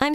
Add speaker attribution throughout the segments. Speaker 1: I'm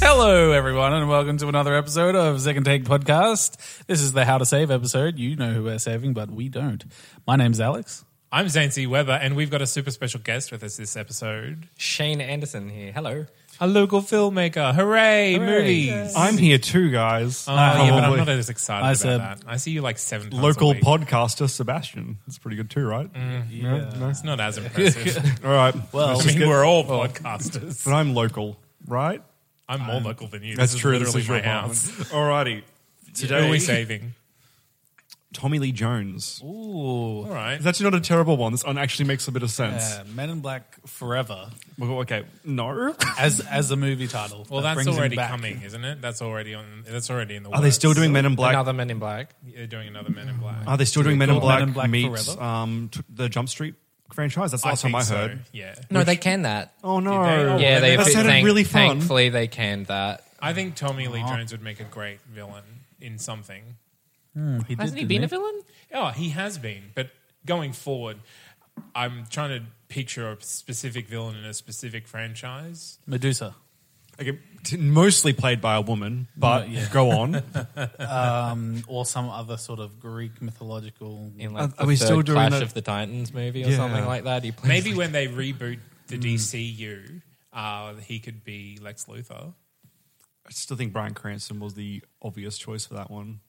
Speaker 2: Hello, everyone, and welcome to another episode of Second Take Podcast. This is the How to Save episode. You know who we're saving, but we don't. My name's Alex.
Speaker 3: I'm Zane C. Weber, and we've got a super special guest with us this episode
Speaker 4: Shane Anderson here. Hello.
Speaker 3: a local filmmaker. Hooray, movies.
Speaker 5: I'm here too, guys.
Speaker 3: Oh, yeah, but I'm
Speaker 5: Probably.
Speaker 3: not as excited
Speaker 2: I
Speaker 3: about
Speaker 2: said-
Speaker 3: that. I see you like seven times a
Speaker 5: Local
Speaker 3: week.
Speaker 5: podcaster Sebastian. That's pretty good too, right?
Speaker 2: Yeah.
Speaker 3: It's not as impressive.
Speaker 5: All right.
Speaker 2: Well-
Speaker 5: Let's
Speaker 3: I
Speaker 5: just
Speaker 3: mean,
Speaker 5: get-
Speaker 3: we're all podcasters.
Speaker 5: but I'm local, right?
Speaker 3: I'm more local than you.
Speaker 5: That's
Speaker 3: this
Speaker 5: true.
Speaker 3: Is literally
Speaker 5: this is
Speaker 3: my
Speaker 5: your
Speaker 3: house.
Speaker 5: All righty.
Speaker 3: Today
Speaker 5: Today
Speaker 3: we're saving.
Speaker 5: Tommy Lee Jones.
Speaker 2: Ooh.
Speaker 3: All right.
Speaker 5: It's actually not a terrible one. This one actually makes a bit of sense.
Speaker 2: Yeah, Men in Black Forever
Speaker 5: Well, okay. No.
Speaker 2: as as a movie title.
Speaker 3: Well,
Speaker 2: That
Speaker 3: that's
Speaker 2: brings him
Speaker 3: already
Speaker 2: back.
Speaker 3: coming, isn't it? That's already on. That's already in the.
Speaker 5: Are they still doing Men in Black?
Speaker 4: Another Men in Black.
Speaker 3: They're doing another Men in Black.
Speaker 5: Are they still doing Men in
Speaker 2: called
Speaker 5: Black,
Speaker 2: Men in Black
Speaker 5: meets
Speaker 2: Forever?
Speaker 5: um, t- the Jump Street franchise? That's the
Speaker 3: I
Speaker 5: last time
Speaker 3: think
Speaker 5: I
Speaker 3: so,
Speaker 5: heard.
Speaker 3: Yeah.
Speaker 4: No, they can that.
Speaker 5: Oh no!
Speaker 3: Did they?
Speaker 4: yeah, they
Speaker 5: that sounded
Speaker 4: thank-
Speaker 5: really fun.
Speaker 4: Thankfully, they canned that.
Speaker 3: I think Tommy Lee
Speaker 5: Uh-huh.
Speaker 3: Jones would make a great villain in something.
Speaker 2: He did,
Speaker 4: Hasn't he
Speaker 2: didn't
Speaker 4: been a villain?
Speaker 3: Oh, he has been. But going forward, I'm trying to picture a specific villain in a specific franchise.
Speaker 2: Medusa.
Speaker 5: Okay, t- mostly played by a woman, but
Speaker 2: yeah.
Speaker 5: go on.
Speaker 2: Or some other sort of Greek mythological.
Speaker 4: In like
Speaker 5: Are-
Speaker 4: the
Speaker 5: are we
Speaker 4: third
Speaker 5: still doing
Speaker 4: Clash
Speaker 5: that-
Speaker 4: of the Titans movie or
Speaker 5: Yeah.
Speaker 4: something like that? Mm. He plays
Speaker 3: Maybe when they reboot the DCU, uh, he could be Lex Luthor.
Speaker 5: I still think Brian Cranston was the obvious choice for that one.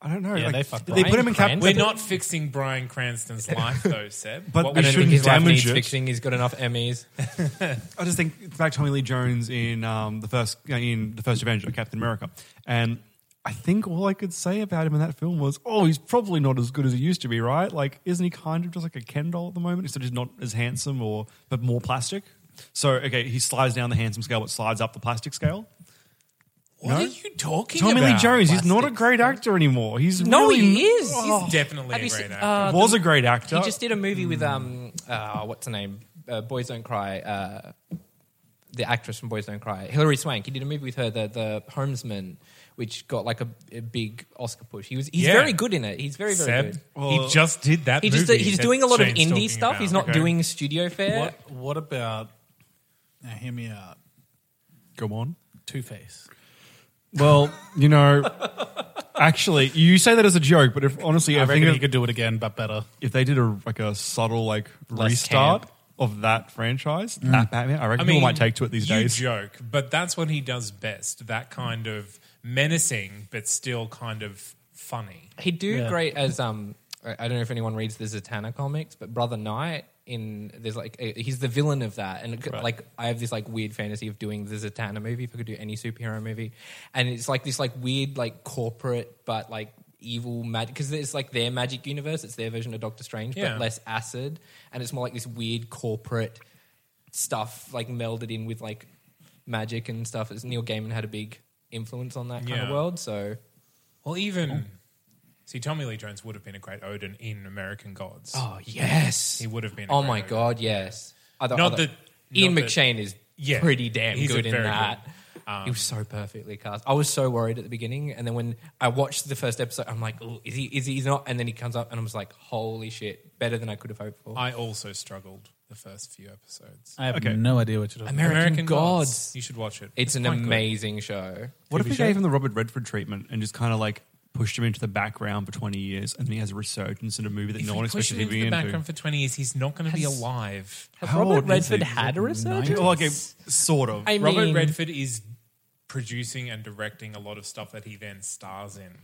Speaker 5: I don't know.
Speaker 2: Yeah,
Speaker 5: like,
Speaker 2: they fucked
Speaker 5: they put
Speaker 4: Bryan
Speaker 5: him in cap.
Speaker 4: Cranston?
Speaker 3: We're not fixing Brian Cranston's life, though, Seb.
Speaker 5: But
Speaker 3: What
Speaker 5: we
Speaker 3: would you-
Speaker 4: I don't think
Speaker 5: shouldn't
Speaker 4: his life
Speaker 5: damage
Speaker 4: needs
Speaker 5: it.
Speaker 4: fixing. He's got enough Emmys.
Speaker 5: I just think it's back to Tommy Lee Jones in um, the first in the first Avenger, Captain America, and I think all I could say about him in that film was, oh, he's probably not as good as he used to be, right? Like, isn't he kind of just like a Ken doll at the moment? Except he's not as handsome, or but more plastic. So okay, he slides down the handsome scale, but slides up the plastic scale.
Speaker 3: What are you talking
Speaker 5: Tommy
Speaker 3: about?
Speaker 5: Lee Jones, he's not a great actor anymore. He's
Speaker 4: No,
Speaker 5: really-
Speaker 4: he is.
Speaker 5: Oh,
Speaker 4: He's
Speaker 3: Definitely
Speaker 4: Have
Speaker 3: a
Speaker 4: you
Speaker 3: great
Speaker 4: seen-
Speaker 3: actor.
Speaker 4: uh,
Speaker 5: was a great actor.
Speaker 4: He just did a movie with um, uh, what's her name? Uh, Boys Don't Cry. Uh, the actress from Boys Don't Cry, Hilary Swank. He did a movie with her, the the Homesman, which got like a, a big Oscar push. He was he's
Speaker 3: Yeah.
Speaker 4: very good in it. He's very very
Speaker 3: Seb,
Speaker 4: good.
Speaker 3: he just did that.
Speaker 4: He just
Speaker 3: movie
Speaker 4: he's
Speaker 3: that
Speaker 4: doing a lot of
Speaker 3: Shane's
Speaker 4: indie
Speaker 3: talking
Speaker 4: stuff.
Speaker 3: about.
Speaker 4: He's not
Speaker 3: Okay.
Speaker 4: doing studio fare.
Speaker 2: What, what about. Now, hear me out.
Speaker 5: go on.
Speaker 2: Two Face.
Speaker 5: Well, you know, actually, you say that as a joke, but if
Speaker 2: I
Speaker 5: honestly, I
Speaker 2: reckon
Speaker 5: think
Speaker 2: he
Speaker 5: if,
Speaker 2: could do it again, but better.
Speaker 5: if they did a like a subtle like
Speaker 4: Less
Speaker 5: restart
Speaker 4: camp.
Speaker 5: of that franchise, that Batman, I reckon people might take to it these
Speaker 3: you
Speaker 5: days.
Speaker 3: joke, but that's what he does best. That kind of menacing, but still kind of funny.
Speaker 4: He'd do
Speaker 2: Yeah.
Speaker 4: great as um. I I don't know if anyone reads the Zatanna comics, but Brother Knight in there's like uh, he's the villain of that, and it could- like I have this like weird fantasy of doing the Zatanna movie if I could do any superhero movie, and it's like this like weird like corporate but like evil magic because it's like their magic universe, it's their version of Doctor Strange,
Speaker 3: Yeah.
Speaker 4: but less acid, and it's more like this weird corporate stuff like melded in with like magic and stuff. It's Neil Gaiman had a big influence on that kind of
Speaker 3: Yeah.
Speaker 4: world, so
Speaker 3: Well, even
Speaker 4: Oh.
Speaker 3: see, Tommy Lee Jones would have been a great Odin in American Gods.
Speaker 4: Oh yes,
Speaker 3: He would have been a
Speaker 4: Oh
Speaker 3: great
Speaker 4: my
Speaker 3: Odin.
Speaker 4: god, yes. Other,
Speaker 3: Not
Speaker 4: other-
Speaker 3: that-
Speaker 4: Ian
Speaker 3: not that-
Speaker 4: McShane is
Speaker 3: Yeah,
Speaker 4: pretty damn
Speaker 3: he's a
Speaker 4: good in
Speaker 3: very um,
Speaker 4: that. he was so perfectly cast. I was so worried at the beginning, and then when I watched the first episode, I'm like, "Oh, is he? Is he? He's not." And then he comes up, and I was like, "Holy shit! Better than I could have hoped for."
Speaker 3: I also struggled the first few episodes.
Speaker 2: I have no idea what you're talking
Speaker 4: Uh, American, Gods.
Speaker 3: You should watch it.
Speaker 4: It's an
Speaker 3: quite good.
Speaker 4: amazing show.
Speaker 5: What if we gave him the Robert Redford treatment and just kind of like pushed him into the background for twenty years, and then he has a resurgence in a movie that
Speaker 3: If
Speaker 5: no
Speaker 3: we
Speaker 5: one
Speaker 3: push
Speaker 5: expected
Speaker 3: him
Speaker 5: him to
Speaker 3: into
Speaker 5: be
Speaker 3: the
Speaker 5: into.
Speaker 3: background for twenty years, he's not going to be
Speaker 4: Has-
Speaker 3: alive.
Speaker 4: Has
Speaker 5: How
Speaker 4: Robert
Speaker 5: old is he?
Speaker 4: Redford had a resurgence?
Speaker 5: Oh, okay, sort of.
Speaker 4: I mean,
Speaker 3: Robert Redford is producing and directing a lot of stuff that he then stars in.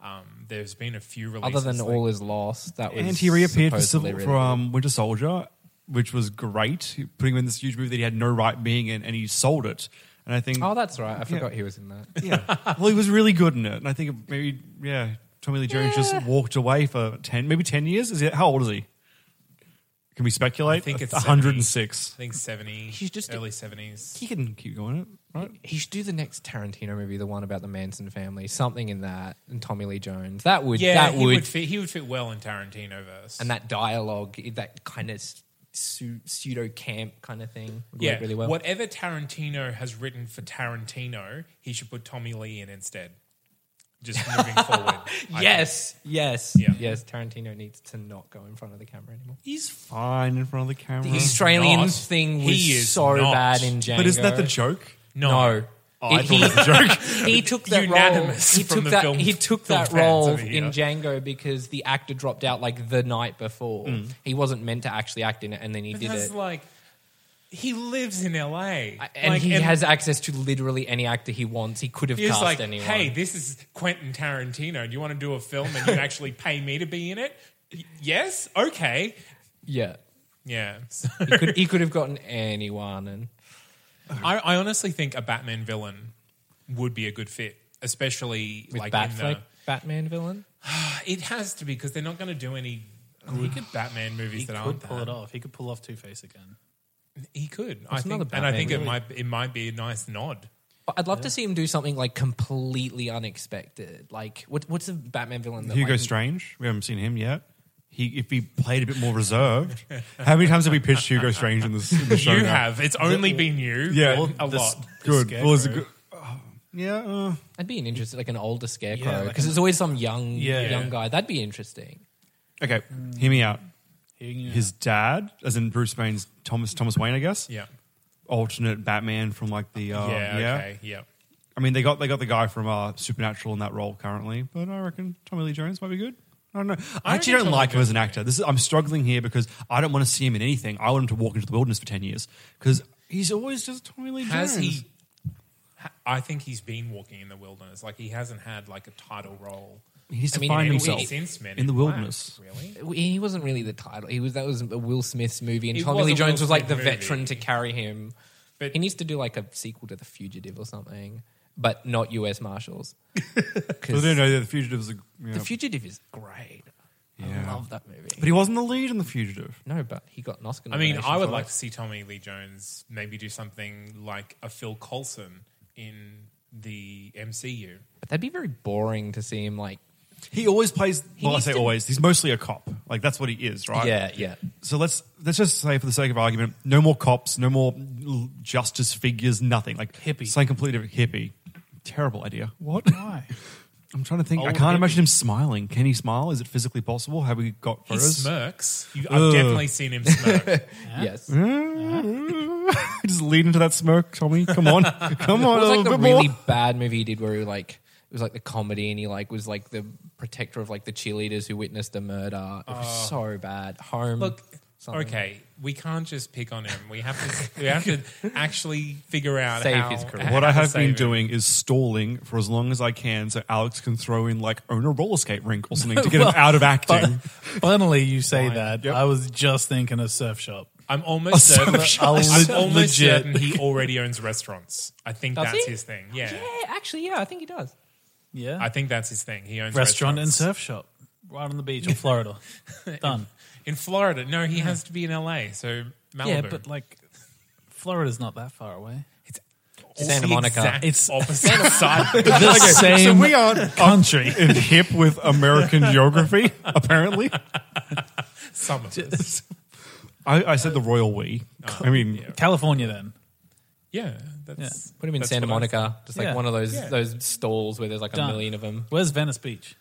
Speaker 3: Um, there's been a few releases.
Speaker 4: other than
Speaker 3: like-
Speaker 4: All Is Lost, that was
Speaker 5: and he reappeared for, uh,
Speaker 4: supposedly really
Speaker 5: Civil, for um, Winter Soldier which was great, putting him in this huge movie that he had no right being in, and he sold it. And I think,
Speaker 4: Oh, that's right. I forgot he was in that.
Speaker 5: yeah, well, he was really good in it, and I think maybe, yeah, Tommy Lee Jones just walked away for ten, maybe ten years. Is it how old is he? Can we speculate?
Speaker 3: I think it's
Speaker 5: one hundred and six.
Speaker 3: I think 70,
Speaker 4: He's just-
Speaker 3: early 70s.
Speaker 5: He can keep going, right?
Speaker 4: He should do the next Tarantino movie, the one about the Manson family, something in that, and Tommy Lee Jones. That would
Speaker 3: Yeah,
Speaker 4: that
Speaker 3: he
Speaker 4: would,
Speaker 3: would, fit, he would fit well in Tarantino verse.
Speaker 4: and that dialogue, that kind of su- pseudo camp kind of thing would
Speaker 3: yeah,
Speaker 4: work really well.
Speaker 3: whatever Tarantino has written for Tarantino, he should put Tommy Lee in instead. Just moving forward. I
Speaker 4: yes, yes,
Speaker 3: Yeah.
Speaker 4: yes. Tarantino needs to not go in front of the camera anymore.
Speaker 5: He's fine in front of the camera.
Speaker 4: The Australian
Speaker 3: not.
Speaker 4: thing
Speaker 3: He
Speaker 4: was
Speaker 3: is
Speaker 4: so
Speaker 3: not.
Speaker 4: bad in Django.
Speaker 5: but isn't that the joke?
Speaker 3: No.
Speaker 5: Oh, I thought it was a joke.
Speaker 4: He took that
Speaker 3: Unanimous
Speaker 4: role. He
Speaker 3: from
Speaker 4: took
Speaker 3: the
Speaker 4: that.
Speaker 3: film-
Speaker 4: he took
Speaker 3: film
Speaker 4: that
Speaker 3: fans
Speaker 4: role
Speaker 3: over here.
Speaker 4: in Django because the actor dropped out like the night before.
Speaker 3: Mm.
Speaker 4: He wasn't meant to actually act in it, and then he
Speaker 3: But
Speaker 4: did
Speaker 3: that's
Speaker 4: it.
Speaker 3: like he lives in LA,
Speaker 4: and
Speaker 3: Like,
Speaker 4: he has access to literally any actor he wants. He could have
Speaker 3: He's
Speaker 4: cast
Speaker 3: like,
Speaker 4: anyone.
Speaker 3: hey, this is Quentin Tarantino. Do you want to do a film and you actually pay me to be in it? Y- yes, okay,
Speaker 4: yeah,
Speaker 3: yeah. So-
Speaker 4: he could, he could have gotten anyone, and
Speaker 3: I, I honestly think a Batman villain would be a good fit, especially
Speaker 4: with
Speaker 3: like in
Speaker 4: Batfleck,
Speaker 3: the,
Speaker 4: Batman villain.
Speaker 3: It has to be because they're not going to do any good Batman movies
Speaker 2: He
Speaker 3: that
Speaker 2: could
Speaker 3: aren't
Speaker 2: pull
Speaker 3: that.
Speaker 2: it off. He could pull off Two Face again.
Speaker 3: He could. I
Speaker 4: What's
Speaker 3: think,
Speaker 4: another
Speaker 3: and I
Speaker 4: Batman
Speaker 3: think it
Speaker 4: movie?
Speaker 3: might it might be a nice nod.
Speaker 4: But I'd love to see him do something like completely unexpected. Like what, what's a Batman villain? That
Speaker 5: Hugo
Speaker 4: like,
Speaker 5: Strange. We haven't seen him yet. He, if he played a bit more reserved, how many times have we pitched Hugo Strange in this? In the show
Speaker 3: you
Speaker 5: now?
Speaker 3: have. It's only been you.
Speaker 5: yeah,
Speaker 3: Well, a
Speaker 5: the s-
Speaker 3: lot.
Speaker 5: Good.
Speaker 2: The
Speaker 5: Well, it's a
Speaker 2: Scarecrow.
Speaker 5: good. oh, yeah, uh,
Speaker 4: I'd be an interested, like an older
Speaker 2: Yeah,
Speaker 4: scarecrow,
Speaker 2: like
Speaker 4: because
Speaker 2: an-
Speaker 4: it's always some young,
Speaker 2: Yeah.
Speaker 4: young guy. That'd be interesting.
Speaker 5: okay. Hear me out.
Speaker 2: Hearing you
Speaker 5: His dad, as in Bruce Wayne's Thomas Thomas Wayne, I guess.
Speaker 3: Yeah.
Speaker 5: alternate Batman from like the uh,
Speaker 3: yeah.
Speaker 5: yeah.
Speaker 3: Okay. Yeah.
Speaker 5: I mean, they got they got the guy from uh, Supernatural in that role currently, but I reckon Tommy Lee Jones might be good. I don't know. I,
Speaker 3: reckon
Speaker 5: actually don't
Speaker 3: Tommy
Speaker 5: like him
Speaker 3: Jones
Speaker 5: as an actor. This is I'm struggling here because I don't want to see him in anything. I want him to walk into the wilderness for ten years because he's always just Tommy Lee Jones.
Speaker 3: Has he? ha- I think he's been walking in the wilderness. Like he hasn't had like a title role.
Speaker 5: He
Speaker 4: I
Speaker 5: needs to
Speaker 4: mean,
Speaker 5: find
Speaker 4: in-
Speaker 5: himself
Speaker 3: since Men
Speaker 5: in the
Speaker 3: Black,
Speaker 5: wilderness.
Speaker 3: really?
Speaker 4: He wasn't really the title. He was that was a Will Smith's movie, and
Speaker 3: It
Speaker 4: Tommy
Speaker 3: was
Speaker 4: Lee
Speaker 3: a Will
Speaker 4: Jones was like
Speaker 3: Smith
Speaker 4: the
Speaker 3: movie.
Speaker 4: veteran to carry him.
Speaker 3: But-
Speaker 4: he needs to do like a sequel to The Fugitive or something, but not U.S. Marshals. 'Cause
Speaker 5: But I don't know. The fugitive was a, yeah.
Speaker 4: The Fugitive is great. I love that movie.
Speaker 5: but he wasn't the lead in the fugitive.
Speaker 4: no, but he got an Oscar.
Speaker 3: I mean,
Speaker 4: nomination
Speaker 3: I would
Speaker 4: for
Speaker 3: like to
Speaker 4: it.
Speaker 3: see Tommy Lee Jones maybe do something like a Phil Coulson in the MCU.
Speaker 4: But that'd be very boring to see him like.
Speaker 5: He always plays. well, I
Speaker 4: needs
Speaker 5: say
Speaker 4: to-
Speaker 5: always. He's mostly a cop. Like that's what he is, right?
Speaker 4: Yeah, yeah.
Speaker 5: So let's let's just say, for the sake of argument, no more cops, no more l- justice figures, nothing like
Speaker 2: Hippie.
Speaker 5: Something completely different. hippie. Terrible idea. What?
Speaker 2: Why?
Speaker 5: I'm trying to think. I
Speaker 2: Old
Speaker 5: can't
Speaker 2: hippie.
Speaker 5: imagine him smiling. Can he smile? Is it physically possible? Have we got
Speaker 3: He
Speaker 5: photos?
Speaker 3: smirks. You, I've definitely seen him smirk.
Speaker 4: Yes.
Speaker 5: just lead into that smirk, Tommy. Come on, come on.
Speaker 4: It was
Speaker 5: a
Speaker 4: like
Speaker 5: little
Speaker 4: the
Speaker 5: bit
Speaker 4: really
Speaker 5: more.
Speaker 4: bad movie he did where he like it was like the comedy and he like was like the protector of like the cheerleaders who witnessed the murder. It was so bad. Home.
Speaker 3: Look,
Speaker 4: something.
Speaker 3: okay, we can't just pick on him. We have to. We have to actually figure out
Speaker 4: Save
Speaker 3: how,
Speaker 4: his career.
Speaker 5: What
Speaker 3: how to
Speaker 5: I have been
Speaker 3: save him.
Speaker 5: doing is stalling for as long as I can, so Alex can throw in like own a roller skate rink or something to get him out of acting.
Speaker 2: Finally, you say that. I was just thinking a surf shop.
Speaker 3: I'm almost
Speaker 5: A
Speaker 3: certain.
Speaker 5: surf
Speaker 2: shop.
Speaker 3: I'm
Speaker 2: A
Speaker 3: almost
Speaker 2: legit-
Speaker 3: certain he already owns restaurants. I think
Speaker 4: Does
Speaker 3: that's
Speaker 4: he?
Speaker 3: his thing. Yeah.
Speaker 4: Yeah, actually, yeah, I think he does.
Speaker 2: Yeah,
Speaker 3: I think that's his thing. He owns
Speaker 2: restaurant and
Speaker 3: restaurants.
Speaker 2: surf shop right on the beach in Florida. Done.
Speaker 3: in Florida. No, he has to be in LA. So Malibu.
Speaker 2: Yeah, but like Florida's not that far away.
Speaker 3: it's
Speaker 4: Santa
Speaker 3: the
Speaker 4: Monica.
Speaker 3: exact
Speaker 2: It's-
Speaker 3: opposite side.
Speaker 2: The same
Speaker 5: so we aren't
Speaker 2: country.
Speaker 5: and hip with American geography, apparently.
Speaker 3: Some of us.
Speaker 5: I, I said the royal we.
Speaker 2: Uh,
Speaker 5: I mean,
Speaker 2: California then.
Speaker 3: Yeah, that's
Speaker 4: Put him in
Speaker 3: that's
Speaker 4: Santa
Speaker 3: what I-
Speaker 4: Monica, just like
Speaker 2: Yeah.
Speaker 4: one of those
Speaker 3: Yeah.
Speaker 4: those stalls where there's like
Speaker 2: Done.
Speaker 4: a million of them.
Speaker 2: Where's Venice Beach?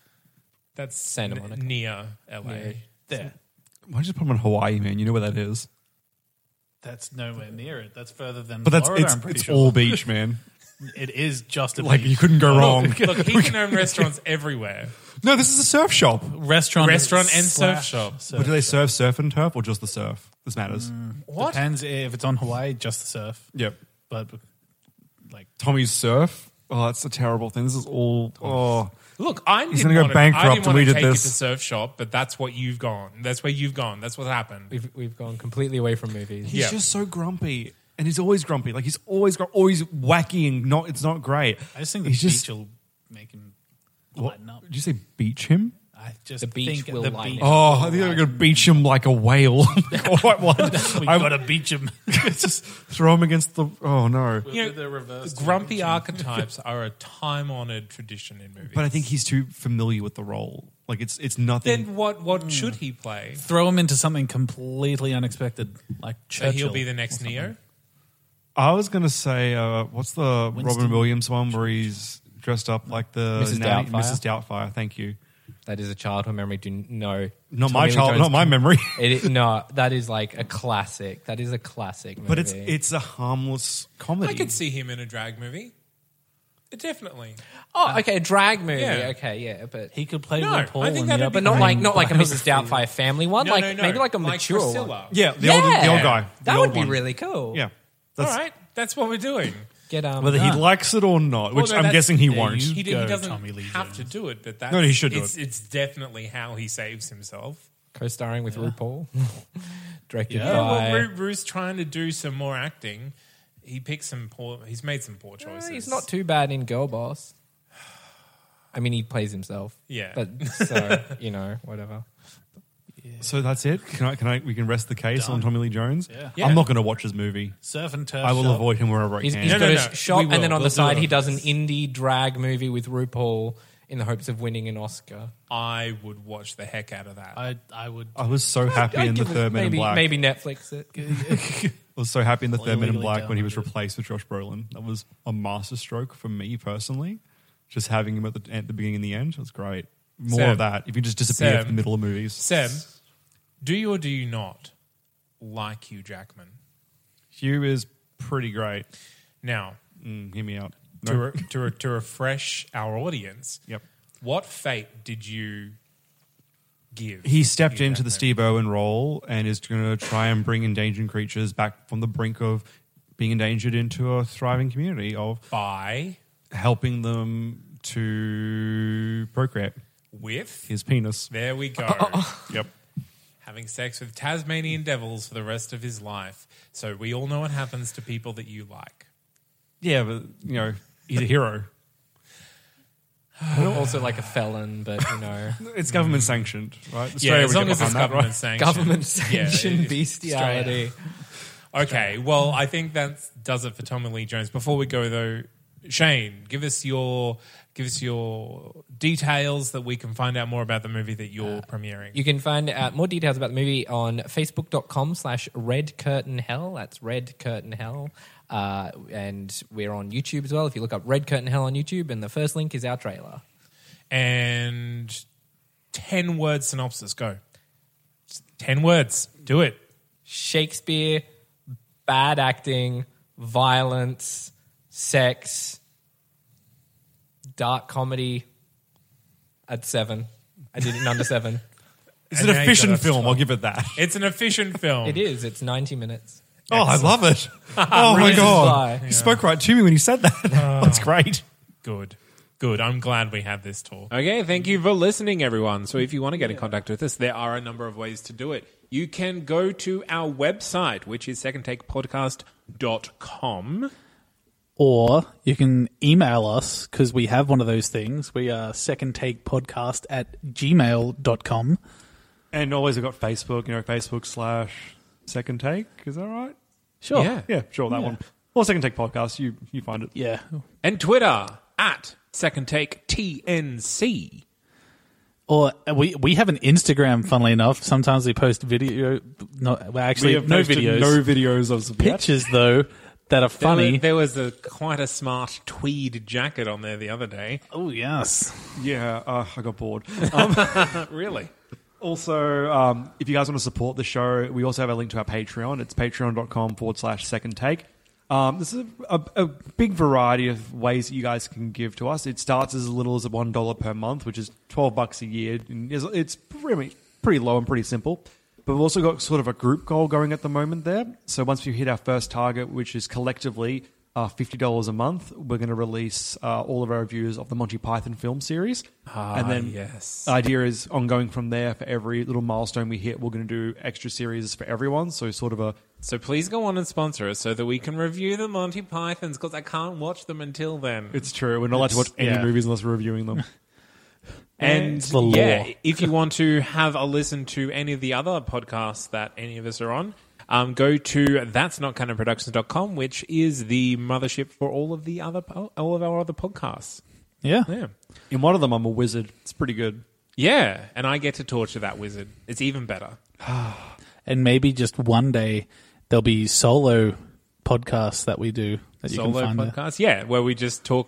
Speaker 3: That's
Speaker 4: Santa
Speaker 3: n-
Speaker 4: Monica.
Speaker 3: near LA.
Speaker 2: There.
Speaker 5: why don't you put him in Hawaii, man? You know where that is.
Speaker 2: That's nowhere near it. That's further than
Speaker 5: But that's
Speaker 2: Florida, I'm
Speaker 5: it's,
Speaker 2: pretty
Speaker 5: it's
Speaker 2: sure.
Speaker 5: all beach, man.
Speaker 2: it is just a
Speaker 5: Like
Speaker 2: beach.
Speaker 5: you couldn't go wrong.
Speaker 3: Look, he can own restaurants everywhere.
Speaker 5: No, this is a surf shop.
Speaker 2: restaurant
Speaker 3: Restaurant and surf
Speaker 2: slash
Speaker 3: shop.
Speaker 2: surf
Speaker 5: But do they surf surf and turf or just the surf? This matters.
Speaker 2: Mm.
Speaker 3: What?
Speaker 2: Depends if it's on Hawaii, just the surf.
Speaker 5: Yep.
Speaker 2: But like
Speaker 5: Tommy's surf Oh, that's a terrible thing. This is all. Oh,
Speaker 3: Look, I
Speaker 5: He's
Speaker 3: didn't
Speaker 5: gonna go
Speaker 3: want
Speaker 5: bankrupt
Speaker 3: I didn't
Speaker 5: and
Speaker 3: want
Speaker 5: we
Speaker 3: to
Speaker 5: did
Speaker 3: take
Speaker 5: this.
Speaker 3: it to Surf Shop, but that's what you've gone. That's where you've gone. That's what's happened.
Speaker 4: We've we've gone completely away from movies.
Speaker 5: he's
Speaker 3: Yeah.
Speaker 5: just so grumpy, and he's always grumpy. Like he's always gr- always wacky and not. It's not great.
Speaker 2: I just think the
Speaker 5: he's
Speaker 2: beach
Speaker 5: just.
Speaker 2: will make him
Speaker 5: what,
Speaker 2: lighten up.
Speaker 5: did you say beach him?
Speaker 2: I just
Speaker 4: The beach
Speaker 2: think
Speaker 4: will
Speaker 2: the
Speaker 4: lighten
Speaker 2: beach.
Speaker 4: up.
Speaker 5: Oh, I think I'm going to beach him like a whale. Or what- what?
Speaker 2: we
Speaker 5: I
Speaker 2: got to beach him.
Speaker 5: just throw him against the. Oh no!
Speaker 3: You know,
Speaker 2: The reverse
Speaker 3: grumpy archetypes are a time honored tradition in movies.
Speaker 5: But I think he's too familiar with the role. Like it's it's nothing.
Speaker 3: then what?
Speaker 5: Hmm.
Speaker 3: What should he play?
Speaker 2: Throw him into something completely unexpected, like Churchill.
Speaker 3: So he'll be the next Neo.
Speaker 5: I was going to say, uh, what's the
Speaker 2: Winston.
Speaker 5: Robin Williams one where he's dressed up like the
Speaker 4: Mrs.
Speaker 5: nanny-
Speaker 4: Doubtfire.
Speaker 5: Mrs. Doubtfire. Thank you.
Speaker 4: That is a childhood memory. Do no,
Speaker 5: Not
Speaker 4: Tommy
Speaker 5: my
Speaker 4: Lee
Speaker 5: child.
Speaker 4: Jones-
Speaker 5: Not my memory.
Speaker 4: It, i- no, that is like a classic. That is a classic movie.
Speaker 5: but it's it's a harmless comedy.
Speaker 3: I could see him in a drag movie. Definitely.
Speaker 5: Uh,
Speaker 4: oh okay, a drag movie.
Speaker 3: Yeah.
Speaker 4: Okay, yeah, but
Speaker 2: He could play
Speaker 3: No,
Speaker 2: no, RuPaul.
Speaker 3: I think
Speaker 2: in the
Speaker 3: that'd be
Speaker 4: but not
Speaker 2: upcoming
Speaker 4: like not like a Mrs.
Speaker 2: biography.
Speaker 4: Doubtfire family one.
Speaker 3: No,
Speaker 4: like
Speaker 3: no, no.
Speaker 4: maybe like a mature one.
Speaker 3: Priscilla.
Speaker 5: Yeah, the old the old guy. The
Speaker 4: That
Speaker 5: old
Speaker 4: would be
Speaker 5: one.
Speaker 4: really cool.
Speaker 5: Yeah,
Speaker 3: All
Speaker 5: that's
Speaker 3: right, that's what we're doing.
Speaker 4: Get um.
Speaker 5: whether he
Speaker 2: Ah.
Speaker 5: likes it or not, which
Speaker 3: Although
Speaker 5: I'm
Speaker 3: that's-
Speaker 5: guessing he
Speaker 3: yeah,
Speaker 5: won't.
Speaker 3: He, did,
Speaker 2: go,
Speaker 3: he doesn't
Speaker 2: Tommy Lee
Speaker 3: have
Speaker 2: Jones.
Speaker 3: to do it, but that's,
Speaker 5: No, he should do
Speaker 3: it's,
Speaker 5: it.
Speaker 3: It's definitely how he saves himself.
Speaker 4: co-starring with RuPaul, directed
Speaker 3: Yeah,
Speaker 4: by.
Speaker 3: well, Ru- Ru's trying to do some more acting. He picked some poor. He's made some poor
Speaker 4: Uh,
Speaker 3: choices.
Speaker 4: he's not too bad in Girl Boss. I mean, he plays himself.
Speaker 3: Yeah.
Speaker 4: but so you know, whatever.
Speaker 5: So that's it. Can I? Can I? We can rest the case on Tommy Lee Jones. Yeah.
Speaker 3: Yeah.
Speaker 5: I'm not going to watch his movie.
Speaker 2: Surf and turf.
Speaker 5: I will
Speaker 2: shop.
Speaker 5: avoid him wherever I
Speaker 4: He's,
Speaker 5: can.
Speaker 4: he's
Speaker 3: No,
Speaker 4: got
Speaker 3: no,
Speaker 4: a
Speaker 3: no.
Speaker 4: shop,
Speaker 3: We
Speaker 4: and
Speaker 3: will.
Speaker 4: then on
Speaker 3: We'll do
Speaker 4: the side,
Speaker 3: it.
Speaker 4: he does an indie drag movie with RuPaul in the hopes of winning an Oscar.
Speaker 3: I would watch the heck out of that.
Speaker 2: I, I would.
Speaker 5: I was so happy in
Speaker 4: I'd
Speaker 5: the
Speaker 4: give it-
Speaker 5: third Men in
Speaker 4: maybe,
Speaker 5: Black.
Speaker 4: Maybe Netflix it.
Speaker 5: I was so happy in the third Men in
Speaker 2: illegally
Speaker 5: Black when he was
Speaker 2: downloaded.
Speaker 5: replaced with Josh Brolin. That was a masterstroke for me personally. Just having him at the, at the beginning and the end was great. More
Speaker 3: Sam.
Speaker 5: of that. If you just disappear
Speaker 3: Sam.
Speaker 5: from the middle of movies,
Speaker 3: Sam, do you or do you not like Hugh Jackman?
Speaker 5: Hugh is pretty great.
Speaker 3: Now,
Speaker 5: Mm, hear me out. No.
Speaker 3: to, re- to, re- to refresh our audience,
Speaker 5: Yep.
Speaker 3: what fate did you give?
Speaker 5: He stepped
Speaker 3: Hugh
Speaker 5: into the
Speaker 3: Jackman?
Speaker 5: Steve Irwin role and is going to try and bring endangered creatures back from the brink of being endangered into a thriving community of
Speaker 3: by
Speaker 5: helping them to procreate.
Speaker 3: with.
Speaker 5: His penis.
Speaker 3: There we go.
Speaker 5: Yep.
Speaker 3: having sex with Tasmanian devils for the rest of his life. So we all know what happens to people that you like.
Speaker 5: Yeah, but you know, he's a hero.
Speaker 4: also like a felon, but you know,
Speaker 5: It's government sanctioned, right?
Speaker 3: Yeah,
Speaker 5: Australia
Speaker 3: as
Speaker 5: would
Speaker 3: long
Speaker 5: get
Speaker 3: as it's
Speaker 5: behind that,
Speaker 3: government
Speaker 5: right?
Speaker 3: sanctioned.
Speaker 4: government sanctioned
Speaker 3: Yeah, it-
Speaker 4: bestiality.
Speaker 3: Okay, well, I think that does it for Tommy Lee Jones. Before we go though, Shane, give us your give us your details that we can find out more about the movie that you're premiering.
Speaker 4: You can find out more details about the movie on facebook.com slash red curtain hell. That's red curtain hell. Uh, and we're on YouTube as well. If you look up red curtain hell on YouTube, and the first link is our trailer.
Speaker 3: and ten word synopsis. Go. Ten words. Do it.
Speaker 4: Shakespeare, bad acting, violence, sex, dark comedy at seven. I did it under seven.
Speaker 5: It's
Speaker 3: And
Speaker 5: an
Speaker 3: now you
Speaker 5: efficient
Speaker 3: gotta
Speaker 5: film,
Speaker 3: stop.
Speaker 5: I'll give it that.
Speaker 3: It's an efficient film.
Speaker 4: It is. It's 90 minutes.
Speaker 5: Oh, I love it. Oh my
Speaker 4: Reasons
Speaker 5: god.
Speaker 4: why.
Speaker 5: He spoke right to me when he said that.
Speaker 3: Uh,
Speaker 5: That's great.
Speaker 3: Good. Good. I'm glad we had this talk.
Speaker 6: Okay, thank you for listening, everyone. So, if you want to get in contact with us, there are a number of ways to do it. You can go to our website, which is secondtakepodcast.com.
Speaker 2: Or you can email us because we have one of those things. We are second take podcast at gmail.com.
Speaker 5: And always I've got Facebook, you know, Facebook slash second take. Is that right?
Speaker 2: Sure.
Speaker 6: Yeah.
Speaker 5: Yeah, sure, that
Speaker 2: Yeah.
Speaker 5: one. Or second take podcast, you you find it.
Speaker 2: Yeah.
Speaker 6: And Twitter at Second Take TNC.
Speaker 2: Or uh, we we have an Instagram, funnily enough. Sometimes we post video. No, well,
Speaker 5: We
Speaker 2: actually,
Speaker 5: have
Speaker 2: no
Speaker 5: posted
Speaker 2: videos.
Speaker 5: No videos of some
Speaker 2: Pictures, though, that are funny.
Speaker 6: There was, there was a quite a smart tweed jacket on there the other day.
Speaker 2: Oh, yes.
Speaker 5: Yeah, uh, I got bored.
Speaker 6: Really?
Speaker 5: Also, um, if you guys want to support the show, we also have a link to our Patreon. It's patreon.com forward slash second take. Um, this is a, a, a big variety of ways that you guys can give to us. It starts as little as $1 per month, which is 12 bucks a year. And is- it's pretty, pretty low and pretty simple. But we've also got sort of a group goal going at the moment there. So once we hit our first target, which is collectively
Speaker 6: uh, $50 a month, we're going to release uh, all of our reviews of the Monty Python film series. and then
Speaker 3: yes.
Speaker 6: the idea is ongoing from there for every little milestone we hit, we're going to do extra series for everyone. So, sort of a
Speaker 3: So please go on and sponsor us so that we can review the Monty Pythons because I can't watch them until then.
Speaker 6: It's true. We're not allowed to watch any
Speaker 3: yeah.
Speaker 6: movies unless we're reviewing them.
Speaker 3: And
Speaker 2: It's the law.
Speaker 3: yeah, if you want to have a listen to any of the other podcasts that any of us are on, um, go to that's not kind of productions.com, which is the mothership for all of the other po- all of our other podcasts.
Speaker 2: Yeah.
Speaker 3: Yeah.
Speaker 6: In one of them, I'm a wizard. It's pretty good.
Speaker 3: Yeah, and I get to torture that wizard. It's even better.
Speaker 2: And maybe just one day there'll be solo podcasts that we do that you
Speaker 3: Solo
Speaker 2: can find. there.
Speaker 3: podcast. Yeah, where we just talk